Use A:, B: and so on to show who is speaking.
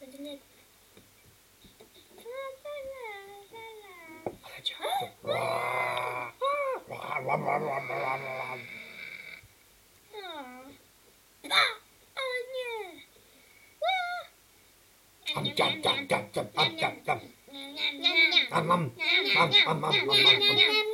A: 하늘 라라라라라
B: 가자. 와. 와, 와, 와, 와, 와, 와, 와.
A: 어. 아! 아니 와
B: 짬, 짬, 짬, 짬, 짬, 짬, 짬, 짬.
A: 냠냠
B: 암, 암. 암, 암, 암, 암, 암, 암, 암.